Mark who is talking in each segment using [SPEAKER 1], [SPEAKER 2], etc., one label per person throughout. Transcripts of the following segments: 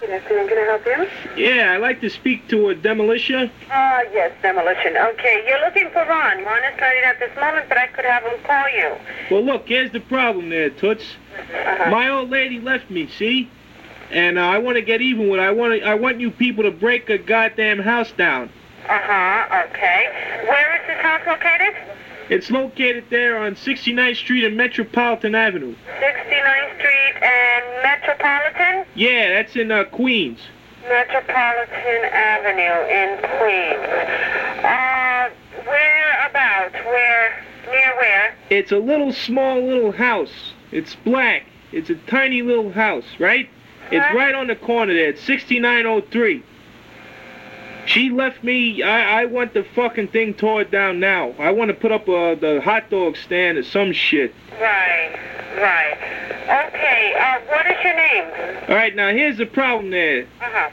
[SPEAKER 1] Good afternoon. Can I help you?
[SPEAKER 2] Yeah, I'd like to speak to a demolition.
[SPEAKER 1] Uh, yes, demolition. Okay, you're looking for Ron. Ron is not in at this moment, but I could have him call you.
[SPEAKER 2] Well, look, here's the problem there, Toots.
[SPEAKER 1] Uh-huh.
[SPEAKER 2] My old lady left me, see? And uh, I want to get even with. her. I want. I want you people to break a goddamn house down.
[SPEAKER 1] Uh-huh, okay. Where is this house located?
[SPEAKER 2] It's located there on 69th Street and Metropolitan Avenue.
[SPEAKER 1] 69th Street and Metropolitan?
[SPEAKER 2] Yeah, that's in uh, Queens.
[SPEAKER 1] Metropolitan Avenue in Queens. Uh, where about? Where? Near where?
[SPEAKER 2] It's a little small little house. It's black. It's a tiny little house, right? It's
[SPEAKER 1] Huh?
[SPEAKER 2] right on the corner there. It's 6903. She left me. I, I want the fucking thing tore down now. I want to put up uh, the hot dog stand or some shit.
[SPEAKER 1] Right, right. Okay, uh, what is your name?
[SPEAKER 2] All right, now here's the problem there.
[SPEAKER 1] Uh-huh.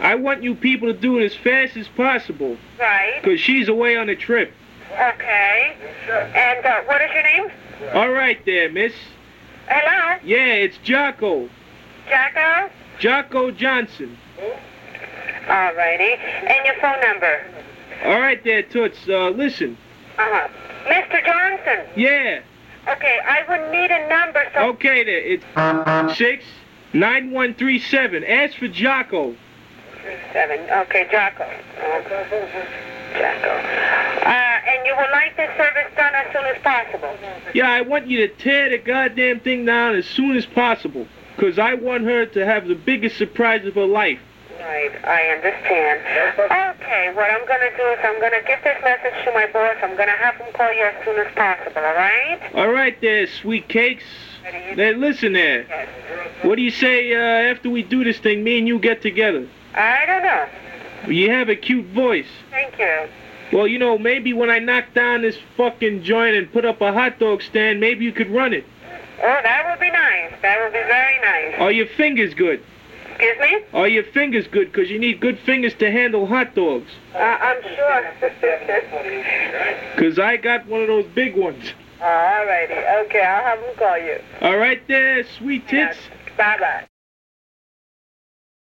[SPEAKER 2] I want you people to do it as fast as possible,
[SPEAKER 1] Right,
[SPEAKER 2] 'cause she's away on a trip.
[SPEAKER 1] okay. And, uh, what is your name?
[SPEAKER 2] All right there, miss.
[SPEAKER 1] Hello?
[SPEAKER 2] Yeah, it's Jocko.
[SPEAKER 1] Jacko?
[SPEAKER 2] Jocko Johnson.
[SPEAKER 1] Alrighty. And your phone number?
[SPEAKER 2] All right there, Toots. Uh, listen.
[SPEAKER 1] Uh-huh. Mr. Johnson?
[SPEAKER 2] Yeah.
[SPEAKER 1] Okay, I would need a number so...
[SPEAKER 2] Okay there. It's six nine one three seven. Ask for Jocko.
[SPEAKER 1] Seven. Okay, Jocko. Jocko. Uh, and you would like this service done as soon as possible.
[SPEAKER 2] Yeah, I want you to tear the goddamn thing down as soon as possible, 'cause I want her to have the biggest surprise of her life.
[SPEAKER 1] Right, I understand. Okay, what I'm gonna do is I'm gonna give this message to my boss. I'm gonna have him call you as soon as possible. All right?
[SPEAKER 2] All right there, sweet cakes. Now listen there. What do you say uh, after we do this thing, me and you get together?
[SPEAKER 1] I don't know.
[SPEAKER 2] You have a cute voice.
[SPEAKER 1] Thank you.
[SPEAKER 2] Well, you know, maybe when I knock down this fucking joint and put up a hot dog stand, maybe you could run it.
[SPEAKER 1] Oh, that would be nice. That would be very nice.
[SPEAKER 2] Are your fingers good?
[SPEAKER 1] Excuse me?
[SPEAKER 2] Are your fingers good? 'Cause you need good fingers to handle hot dogs.
[SPEAKER 1] Uh, I'm sure.
[SPEAKER 2] 'Cause I got one of those big ones.
[SPEAKER 1] All righty. Okay, I'll have him call you.
[SPEAKER 2] All right there, sweet tits.
[SPEAKER 1] Bye bye.